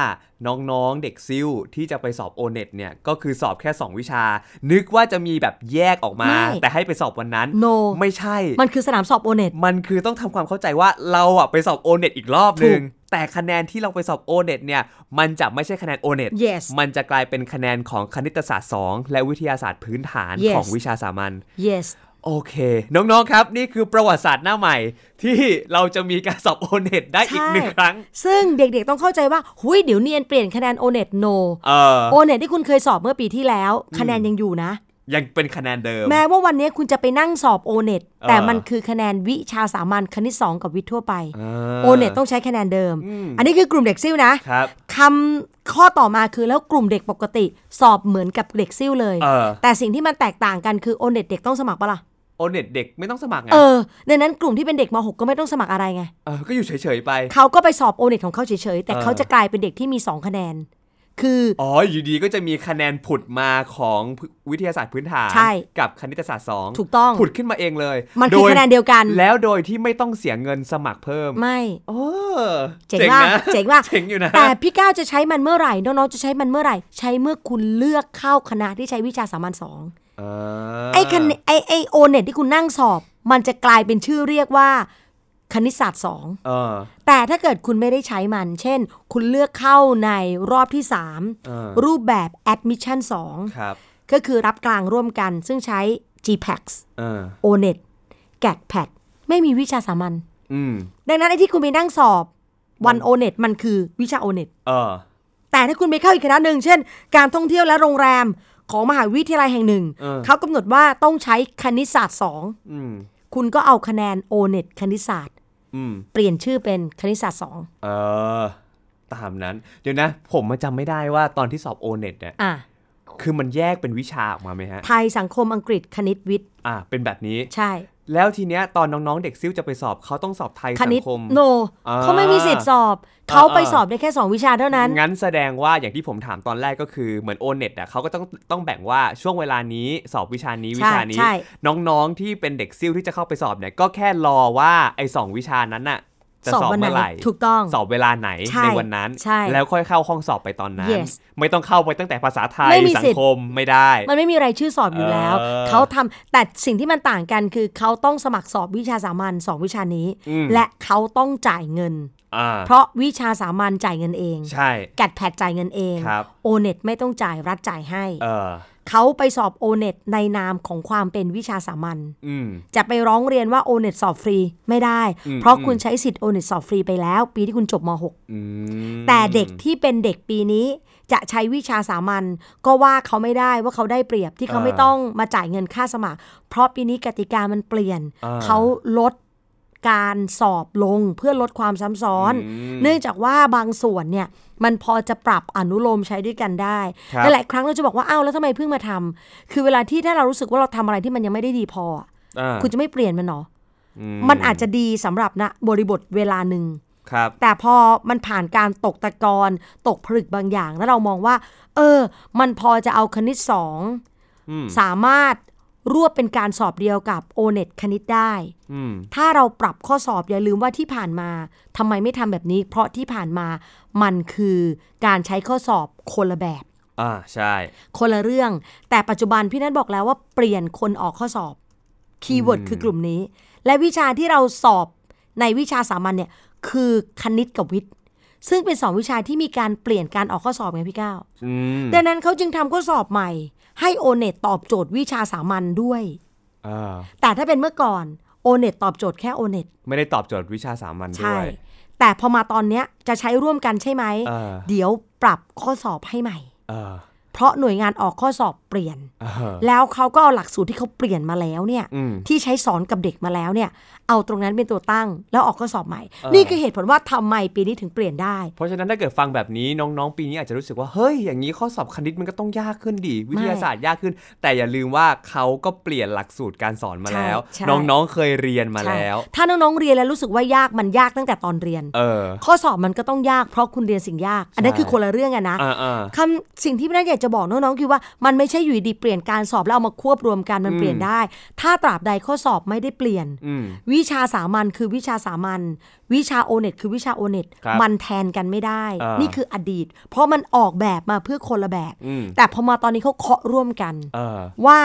C: น้องๆ เด็กซิ่วที่จะไปสอบโอเน็ตเนี่ยก็คือสอบแค่ 2 วิชา นึกว่าจะมีแบบแยกออกมา
B: ไม่
C: แต่ให้ไปสอบวันนั้น
B: no
C: ไม่ใช่
B: มันคือสนามสอบโอเน็ต
C: มันคือต้องทำความเข้าใจว่าเราอ่ะไปสอบโอเน็ตอีกรอบหนึ่ง
B: ถูก
C: แต่คะแนนที่เราไปสอบโอเน็ตเนี่ย มันจะไม่ใช่คะแนนโอเน็ต
B: Yes
C: มันจะกลายเป็นคะแนนของคณิตศาสตร์ 2 และวิทยาศาสตร์พื้นฐาน
B: Yes
C: ของวิชาสามัญ
B: yes
C: โอเค น้อง ๆ ครับ นี่คือประวัติศาสตร์หน้าใหม่ ที่เราจะมีการสอบโอเน็ตได้อีกหนึ่งครั้ง
B: ซึ่งเด็กๆต้องเข้าใจว่า หุยเดี๋ยวเนียนเปลี่ยนคะแนนโอเน็ต no
C: เออ
B: โอเน็ตที่คุณเคยสอบเมื่อปีที่แล้ว คะแนนยังอยู่นะ
C: ยังเป็นคะแนนเดิม
B: แม้ว่าวันนี้คุณจะไปนั่งสอบโอเน็ต
C: อ่า
B: แต่มันคือคะแนนวิชาสามัญคณิต 2 กับวิทย์ทั่วไป
C: อ่า
B: โอเน็ตต้องใช้คะแนนเดิม อันนี้คือกลุ่มเด็กซิ่วนะ
C: ครับ
B: คำข้อต่อมาคือแล้วกลุ่มเด็กปกติ สอบเหมือนกับเด็กซิ่วเลย
C: เออ
B: แต่สิ่งที่มันแตกต่างกันคือโอนเด็กเด็กต้องสมัครปะล่ะ
C: โอเน็ตเด็กไม่ต้องสมัครไง
B: เออในนั้นกลุ่มที่เป็นเด็กม .6 ก็ไม่ต้องสมัครอะไรไง
C: เออก็อยู่เฉยๆไป
B: เขาก็ไปสอบโอนเด็กของเขาเฉยๆ แต่
C: เออ
B: เขาจะกลายเป็นเด็กที่มี 2 คะแนน คือ
C: อ๋ออยู่ดีก็จะมีคะแนนผุดมาของวิทยาศาสตร์พื้นฐาน
B: ใช่
C: กับคณิตศาสตร์สอง
B: ถูกต้อง
C: ผุดขึ้นมาเองเลย
B: มันคือ
C: โ
B: คะแนนเดียวกัน
C: แล้วโดยที่ไม่ต้องเสียเงินสมัครเพิ่ม
B: ไม่
C: โอ้
B: เจ๋งว่ะ
C: นะ
B: เจ๋งว่ะ
C: เจ๋งอยู่นะ
B: แต่พี่ก้าวจะใช้มันเมื่อไหร่น้องๆจะใช้มันเมื่อไหร่ ใช้เมื่อคุณเลือกเข้าคณะที่ใช้วิชาสามัญสองไอ้คะแนนไอ้ไอ้โอเน็ตที่คุณนั่งสอบ มันจะกลายเป็นชื่อเรียกว่าคณิตศาสตร์สอง
C: เออ
B: แต่ถ้าเกิดคุณไม่ได้ใช้มัน เช่น คุณเลือกเข้าในรอบที่
C: เออ
B: 3 รูปแบบ Admission 2
C: ครับ
B: ก็คือรับกลางร่วมกัน ซึ่งใช้ GPAX
C: เออ
B: ONET GATPAT ไม่มีวิชาสามัญ
C: อืม
B: ดังนั้นไอ้ที่คุณไปนั่งสอบวัน ONET มันคือวิชา ONET
C: เออ
B: แต่ถ้าคุณไปเข้าอีกคณะหนึ่ง เช่น การท่องเที่ยวและโรงแรมของมหาวิทยาลัยแห่งหนึ่ง
C: เออ
B: เขากำหนดว่าต้องใช้คณิตศาสตร์
C: อืม
B: 2 คุณก็เอาคะแนน ONET คณิตศาสตร์
C: อืม
B: เปลี่ยนชื่อเป็นคณิตศาสตร์ 2
C: เออ ตามนั้น เดี๋ยวนะ ผมมาจำไม่ได้ว่าตอนที่สอบโอเน็ตเนี่ย
B: อ่ะ
C: คือมันแยกเป็นวิชาออกมาไหมฮะ
B: ไทยสังคมอังกฤษคณิตวิทย์
C: อ่า เป็นแบบนี้
B: ใช่
C: แล้วทีเนี้ยตอนน้องๆ เด็กซิ่วจะไปสอบเขาต้องสอบไทย
B: ค
C: สั
B: ณิต
C: งคม
B: โน
C: อ่า
B: เขาไม่มีสิทธิ์สอบ เขา
C: เออ
B: ไปสอบได้แค่ 2 วิชาเท่านั้น
C: งั้นแสดงว่าอย่างที่ผมถามตอนแรกก็คือเหมือนโอเน็ตอ่ะเขาก็ต้องต้องแบ่งว่าช่วงเวลานี้สอบวิชานี้วิชานี้
B: ใช่
C: น้องๆที่เป็นเด็กซิ่วที่จะเข้าไปสอบเนี่ยก็แค่รอว่าไอ้สองวิชานั้นน่ะจะสอบ
B: วั
C: เมื่อไหร่
B: ถูกต้อง
C: สอบเวลาไหน
B: ใช่
C: ในวันนั้น
B: ใช่
C: แล้วค่อยเข้าห้องสอบไปตอนนั้น
B: Yes
C: ไม่ต้องเข้าไปตั้งแต่ภาษาไทย
B: ไม่มี
C: สั
B: สิ
C: ง
B: ทธิ์
C: คมไม่ได้
B: มันไม่มีรายชื่อสอบอยู่แล้ว
C: เออ
B: เขาทำแต่สิ่งที่มันต่างกันคือเขาต้องสมัครสอบวิชาสามัญสองวิชานี้
C: อืม
B: และเขาต้องจ่ายเงิน
C: อ่า
B: เพราะวิชาสามัญจ่ายเงินเอง
C: ใช่
B: แกดแพดจ่ายเงินเอง
C: ครับ
B: โอเน็ตไม่ต้องจ่ายรัฐจ่ายให้
C: เออ
B: เขาไปสอบโอเน็ตในนามของความเป็นวิชาสามัญ
C: อืม
B: จะไปร้องเรียนว่าโอเน็ตสอบฟรีไม่ได้ เพราะคุณใช้สิทธิ์โอเน็ตสอบฟรีไปแล้ว ปีที่คุณจบม
C: อืม
B: .6 แต่เด็กที่เป็นเด็กปีนี้จะใช้วิชาสามัญก็ว่าเขาไม่ได้ว่าเขาได้เปรียบที่เขาไม่
C: อ่า
B: ต้องมาจ่ายเงินค่าสมัคร เพราะปีนี้กติกามันเปลี่ยน
C: อ่า
B: เขาลดการสอบลงเพื่อลดความซ้ำซ้อน
C: ม
B: เนื่องจากว่าบางส่วนเนี่ยมันพอจะปรับอนุโลมใช้ด้วยกันได้
C: ครับ
B: และหลายครั้งเราจะบอกว่าอ้าวแล้วทำไมเพิ่งมาทำคือเวลาที่ถ้าเรารู้สึกว่าเราทำอะไรที่มันยังไม่ได้ดีพออะ
C: อ่า
B: คุณจะไม่เปลี่ยนมันหรอ
C: อื
B: มันอาจจะดีสำหรับนะบริบทเวลาหนึ่ง
C: ครับ
B: แต่พอมันผ่านการตกตะกอนตกผลึกบางอย่าง แล้วเรามองว่า เออ มันพอจะเอาคณิตสอง
C: อืม
B: สามารถรวบเป็นการสอบเดียวกับโอเน็ตคณิตได้
C: อืม
B: ถ้าเราปรับข้อสอบอย่าลืมว่าที่ผ่านมาทำไมไม่ทำแบบนี้ เพราะที่ผ่านมามันคือการใช้ข้อสอบคนละแบบ
C: อ่าใช่
B: คนละเรื่อง แต่ปัจจุบันพี่นัทบอกแล้วว่าเปลี่ยนคนออกข้อสอบคีย์เวิร์ดคือกลุ่มนี้ และวิชาที่เราสอบในวิชาสามัญเนี่ยคือคณิตกับวิทย์ ซึ่งเป็นสองวิชาที่มีการเปลี่ยนการออกข้อสอบไงพี่ก้าว
C: อืม
B: ดังนั้นเขาจึงทำข้อสอบใหม่ ให้โอเน็ตตอบโจทย์วิชาสามัญด้วย
C: อ่า
B: แต่ถ้าเป็นเมื่อก่อนโอเน็ตตอบโจทย์แค่โอเน็ต
C: ไม่ได้ตอบโจทย์วิชาสามัญด้
B: ใช่
C: วย
B: แต่พอมาตอนเนี้ยจะใช้ร่วมกันใช่ไหม
C: เออ
B: เดี๋ยวปรับข้อสอบให้ใหม่
C: เออ
B: เพราะหน่วยงานออกข้อสอบเปลี่ยน
C: เออ
B: แล้วเขาก็เอาหลักสูตรที่เขาเปลี่ยนมาแล้วเนี่ย
C: อืม
B: ที่ใช้สอนกับเด็กมาแล้วเนี่ย เอาตรงนั้นเป็นตัวตั้ง แล้วออกข้อสอบใหม่ นี่คือเหตุผลว่าทำไมปีนี้ถึงเปลี่ยนได้
C: เพราะฉะนั้นถ้าเกิดฟังแบบนี้น้องๆ ปีนี้อาจจะรู้สึกว่าเฮ้ยอย่างนี้ข้อสอบคณิตมันก็ต้องยากขึ้นดิวิทยาศาสตร์ยากขึ้น แต่อย่าลืมว่าเขาก็เปลี่ยนหลักสูตรการสอนมาแล้ว
B: ใช่ใช่
C: น้องๆเคยเรียนมา
B: ใช่
C: แล้ว
B: ถ้าน้องๆเรียนแล้วรู้สึกว่ายากมันยากตั้งแต่ตอนเรียน
C: เออ
B: ข้อสอบมันก็ต้องยากเพราะคุณเรียนสิ่งยาก อันนั้น
C: ใช่
B: คือคนละเรื่องอะนะ
C: อ่าอ่า
B: คำสิ่งที่พี่นัทอยากจะบอกน้องๆคือว่ามันไม่ใช่อยู่ดีเปลี่ยนการสอบแล้วเอามาควบรวมกันมันเปลี่ยนได้ ถ้าตราบใดข้อสอบไม่ได้เปลี่ยน
C: อืม
B: วิชาสามัญคือวิชาสามัญวิชาโอเน็ตคือวิชาโอเน็ต
C: ครับ
B: มันแทนกันไม่ได้
C: อ่านี่
B: นี่คืออดีต เพราะมันออกแบบมาเพื่อคนละแบบ
C: อืม
B: แต่พอมาตอนนี้เขาเคาะร่วมกัน
C: เออ
B: ว่า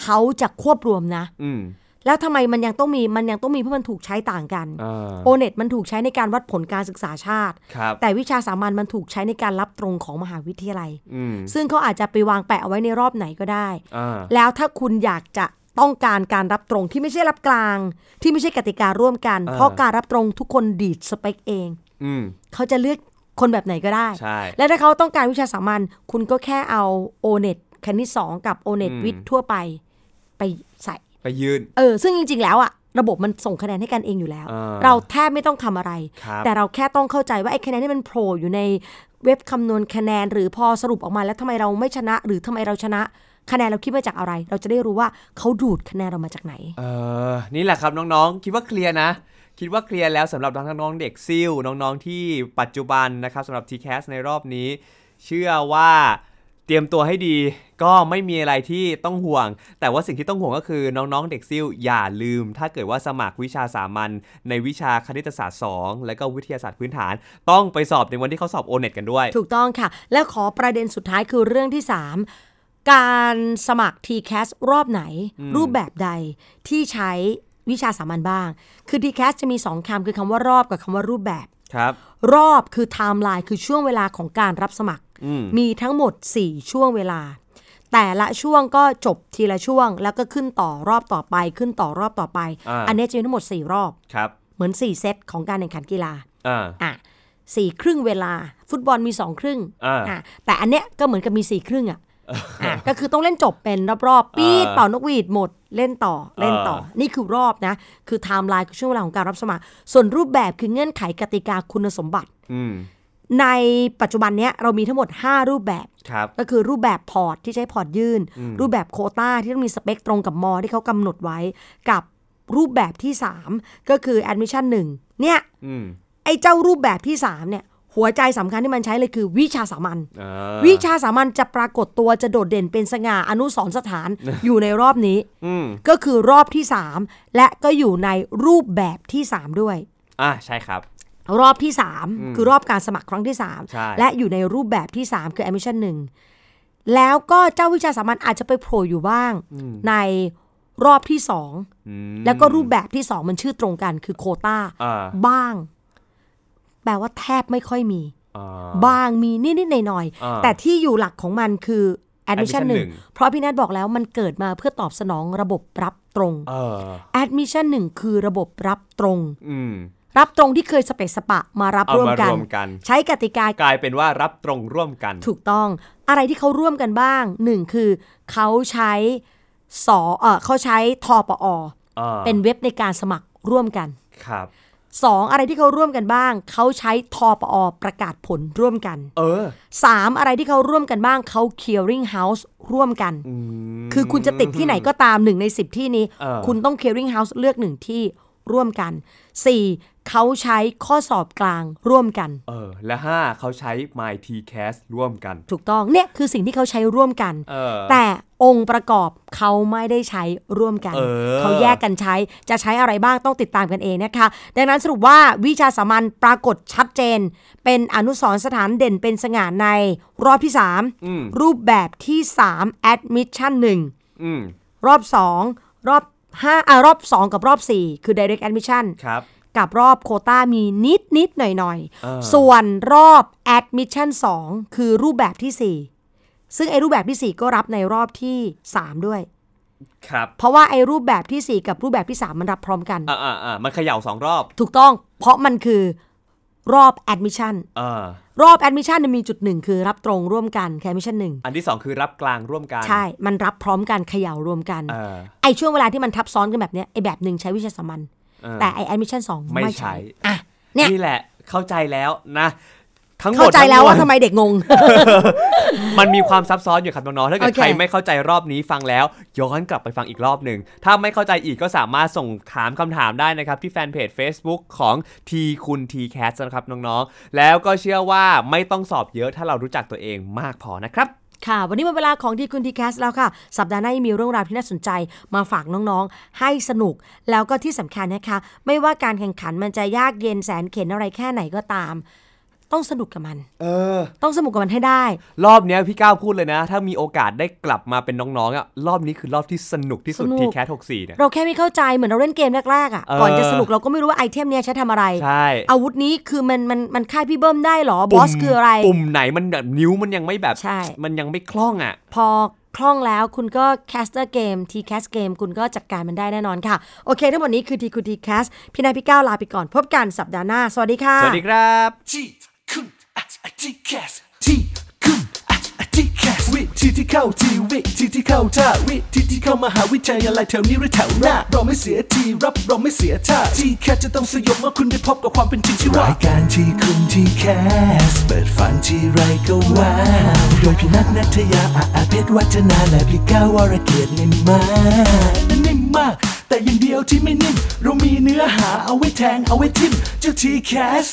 B: เขาจะควบรวมนะ
C: อืม
B: แล้วทำไมมันยังต้องมีมันยังต้องมีเพราะมันถูกใช้ต่างกัน
C: เออ
B: โอเน็ตมันถูกใช้ในการวัดผลการศึกษาชาติ
C: ครับ
B: แต่วิชาสามัญมันถูกใช้ในการรับตรงของมหาวิทยาลัย
C: อืม
B: ซึ่งเขาอาจจะไปวางแปะเอาไว้ในรอบไหนก็ได้
C: อ่า
B: แล้วถ้าคุณอยากจะต้องการการรับตรงที่ไม่ใช่รับกลาง ที่ไม่ใช่กติการ่วมกัน เพราะการรับตรงทุกคนดีดสเปคเอง
C: อืม
B: เขาจะเลือกคนแบบไหนก็ได้
C: ใช่
B: และถ้าเขาต้องการวิชาสามัญคุณก็แค่เอาโอเน็ตคณิตสองกับโอเน็ต
C: อืม
B: วิทย์ทั่วไปไปใส่
C: ไปยืน
B: เออ ซึ่งจริงๆ แล้วอะระบบมันส่งคะแนนให้กันเองอยู่แล้ว
C: อ่า
B: เราแทบไม่ต้องทำอะไร
C: ครับ
B: แต่เราแค่ต้องเข้าใจว่าไอ้คะแนนที่มันโผล่อยู่ในเว็บคำนวณคะแนน หรือพอสรุปออกมาแล้วทำไมเราไม่ชนะ หรือทำไมเราชนะคะแนนเราคิดมาจากอะไร เราจะได้รู้ว่าเขาดูดคะแนนเรามาจากไหน
C: เออนี่แหละครับน้องๆ คิดว่าเคลียร์นะ คิดว่าเคลียร์แล้วสำหรับน้องๆเด็กซิ่วน้องๆที่ปัจจุบันนะครับสำหรับ t c a s สในรอบนี้ เชื่อว่าเตรียมตัวให้ดีก็ไม่มีอะไรที่ต้องห่วง แต่ว่าสิ่งที่ต้องห่วงก็คือน้องๆเด็กซิ่วอย่าลืม ถ้าเกิดว่าสมัครวิชาสามัญในวิชาคณิตศาสตร์ 2 และก็วิทยาศาสตร์พื้นฐาน ต้องไปสอบในวันที่เขาสอบโอเน็ตกันด้วย
B: ถูกต้องค่ะ และขอประเด็นสุดท้ายคือเรื่องที่ 3 การสมัคร t c a s สรอบไหน รูปแบบใดที่ใช้วิชาสามัญบ้าง คือ t c a s สจะมีสองคำคือคำว่ารอบกับคำว่ารูปแบบ
C: ครับ
B: รอบคือไทม์ไลน์คือช่วงเวลาของการรับสมัคร มีทั้งหมด 4 ช่วงเวลา แต่ละช่วงก็จบทีละช่วง แล้วก็ขึ้นต่อรอบต่อไป ขึ้นต่อรอบต่อไป
C: อ่า
B: นนี้จะมีทั้งหมด 4 รอบ
C: ครับ
B: เหมือน 4 เซตของการแข่งขันกีฬา
C: อ่า
B: อ่ะสี่ครึ่งเวลา ฟุตบอลมี 2 ครึ่ง
C: อ่า
B: ะแต่อันเนี้ยก็เหมือนกับมี 4 ครึ่งอ่ะอ่ะ ก็คือต้องเล่นจบเป็นรอบๆปีด
C: อ่า
B: เป่านกหวีดหมดเล่นต่อเล่นต่อ
C: อ่า
B: นี่คือรอบนะคือไทม์ไลน์คือช่วงเวลาของการรับสมัคร ส่วนรูปแบบคือเงื่อนไขกติกาคุณสมบัติ
C: อืม
B: ในปัจจุบันเนี้ยเรามีทั้งหมด 5 รูปแบบ
C: ครับ
B: ก็คือรูปแบบพอร์ตที่ใช้พอร์ตยื่น รูปแบบโควต้าที่ต้องมีสเปคตรงกับมอที่เขากำหนดไว้ กับรูปแบบที่ 3 ก็คือ admission 1 เนี่ย
C: อืม
B: ไอ้เจ้ารูปแบบที่ 3 เนี่ย หัวใจสำคัญที่มันใช้เลยคือวิชาสามัญ
C: อ่
B: วิชาสามัญจะปรากฏตัวจะโดดเด่นเป็นสง่าอนุสรณ์สถาน อยู่ในรอบนี้
C: อืม
B: ก็คือรอบที่ 3 และก็อยู่ในรูปแบบที่ 3 ด้วย
C: อ่าใช่ครับ
B: รอบที่ 3 คือรอบการสมัครครั้งที่
C: ใช่
B: 3 และอยู่ในรูปแบบที่ 3 คือ admission 1 แล้วก็เจ้าวิชาสามัญอาจจะไปโผล่อยู่บ้าง ในรอบที่
C: อืม
B: 2 แล้วก็รูปแบบที่ 2 มันชื่อตรงกันคือโคตา
C: อ่า
B: บ้าง แปลว่าแทบไม่ค่อยมี
C: อ่า
B: บ้างมีนิดๆหน่อย
C: อ่า
B: ๆแต่ที่อยู่หลักของมันคือ แอดมิชชั่น
C: Admission
B: หนึ่
C: หนึ่
B: ง
C: ง
B: เพราะพี่นัทบอกแล้วมันเกิดมาเพื่อตอบสนองระบบรับตรง
C: เออ
B: แอดมิชชั่นหนึ่งคือระบบรับตรง
C: อืม
B: รับตรงที่เคยสเปซสปะมารับ
C: เอา
B: ร่วม
C: มา
B: กัน
C: รวมกัน
B: ใช้กติกาก
C: ลายเป็นว่ารับตรงร่วมกัน
B: ถูกต้อง อะไรที่เขาร่วมกันบ้างหนึ่งคือเขาใช้สอเออเขาใช้ทปอ
C: อ่า
B: เป็นเว็บในการสมัครร่วมกัน
C: ครับ
B: สองอะไรที่เขาร่วมกันบ้าง เขาใช้ทปอประกาศผลร่วมกัน
C: เออ
B: สามอะไรที่เขาร่วมกันบ้างเขา clearing house ร่วมกัน คือคุณจะติดที่ไหนก็ตามหนึ่งในสิบที่นี้
C: เออ
B: คุณต้อง clearing house เลือกหนึ่งที่ร่วมกันสี่เขาใช้ข้อสอบกลางร่วมกัน
C: เออ และห้าเขาใช้ my t cast ร่วมกัน
B: ถูกต้องเนี่ยคือสิ่งที่เขาใช้ร่วมกัน
C: เออ
B: แต่องค์ประกอบเขาไม่ได้ใช้ร่วมกัน
C: เออ
B: แยกกันใช้จะใช้อะไรบ้างต้องติดตามกันเองนะคะ ดังนั้นสรุปว่าวิชาสามัญปรากฏชัดเจน เป็นอนุสรณ์สถานเด่นเป็นสง่าในรอบที่ 3 รูปแบบที่ 3 admission 1
C: อืม
B: รอบ 2 รอบ5อ่ะรอบ 2 กับรอบ 4 คือ direct admission
C: ครับ
B: กับรอบโควต้ามีนิดนิดหน่อยหน่อยๆ ส่วนรอบ admission 2 คือรูปแบบที่ 4 ซึ่งไอ้รูปแบบที่ 4 ก็รับในรอบที่ 3 ด้วย
C: ครับ
B: เพราะว่าไอ้รูปแบบที่ 4 กับรูปแบบที่ 3 มันรับพร้อมกัน
C: อ่าอ่าอ่ามันเขย่าสองรอบ
B: ถูกต้อง เพราะมันคือรอบ admission
C: เออ
B: รอบ admission เนี่ยมีจุดหนึ่งคือรับตรงร่วมกันแคมิชั่นหนึ่ง
C: อันที่สองคือรับกลางร่วมกัน
B: ใช่ มันรับพร้อมกันเขย่ารวมกัน
C: เออ
B: ไอ้ช่วงเวลาที่มันทับซ้อนกันแบบเนี้ยไอ้แบบหนึ่งใช้วิชาสามัญแต่ไอ้ admission 2
C: ไม่
B: ไม่
C: ใช้
B: ใช้ อ่ะ เนี่ย
C: นี่แหละ เข้าใจแล้วนะ ทั้งหมด
B: เข้าใจแล้วว่า
C: ทั้
B: ทำ
C: งมวล
B: ไมเด็กงง
C: มันมีความซับซ้อนอยู่ครับน้องๆ ถ้าเกิด
B: โอเค
C: ใครไม่เข้าใจรอบนี้ฟังแล้ว ย้อนกลับไปฟังอีกรอบหนึ่ง ถ้าไม่เข้าใจอีกก็สามารถส่งถามคำถามได้นะครับ ที่แฟนเพจ Facebook ของทีคุณ t c a s นะครับน้องๆ แล้วก็เชื่อว่าไม่ต้องสอบเยอะถ้าเรารู้จักตัวเองมากพอนะครับ
B: ค่ะ วันนี้หมดเวลาของทีคุณทีแคสแล้วค่ะ สัปดาห์หน้ายังมีเรื่องราวที่น่าสนใจมาฝากน้องๆ ให้สนุก แล้วก็ที่สำคัญนะคะ ไม่ว่าการแข่งขันมันจะยากเย็นแสนเข็นอะไรแค่ไหนก็ตาม ต้องสนุกกับมัน
C: เออ
B: ต้องสนุกกับมันให้ได้
C: รอบเนี้ยพี่ก้าวพูดเลยนะ ถ้ามีโอกาสได้กลับมาเป็นน้องๆอ่ะรอบนี้คือรอบที่สนุกที่สุด
B: สนุก
C: t c a s 64เนี่ย
B: เราแค่ไม่เข้าใจเหมือนเราเล่นเกมแรกๆอ่ะ
C: เออ
B: ก่อนจะสนุกเราก็ไม่รู้ว่าไอเทมเนี้ยใช้ทำอะไร
C: ใช่
B: อาวุธนี้คือมันมันมันฆ่าพี่เบิ้มได้เหรอบอส
C: ปุ่ม
B: คืออะไร
C: ปุ่มไหนมันแบบนิ้วมันยังไม่แบบ
B: ใช่
C: มันยังไม่คล่องอ่ะ
B: พอคล่องแล้วคุณก็ caster game t cast game คุณก็จัดการมันได้แน่นอนค่ะ โอเค ทั้งหมดนี้คือ t คุณ t cast พี่นายพี่ก้าวลาไปก่อน พบกันสัปดาห์หน้า สวัสดีค่ะ
C: สวัสดีครับ
A: ที่คุณอาจจะแคสที่คุณอาจจะแคสวิธีที่เข้าที่วิธีที่เข้าท่าวิธีที่เข้ามหาวิทยาลัยแถวนี้หรือแถวหน้าเราไม่เสียทีรับเราไม่เสียท่าที่แคสจะต้องสยบเมื่อคุณได้พบกับความเป็นจริงที่ว่าร
D: ายการที่คุณที่แคส เปิดฝันที่ไรก็ว้าวโดยพี่นัทนัทยาอาอาเพชรวัฒนาและพี่ก้าววรเกียรตินิมมาน
A: นิ่มมาก แต่อย่างเดียวที่ไม่นิ่ม เรามีเนื้อหาเอาไว้แทงเอาไว้ทิมเจ้าทีแคส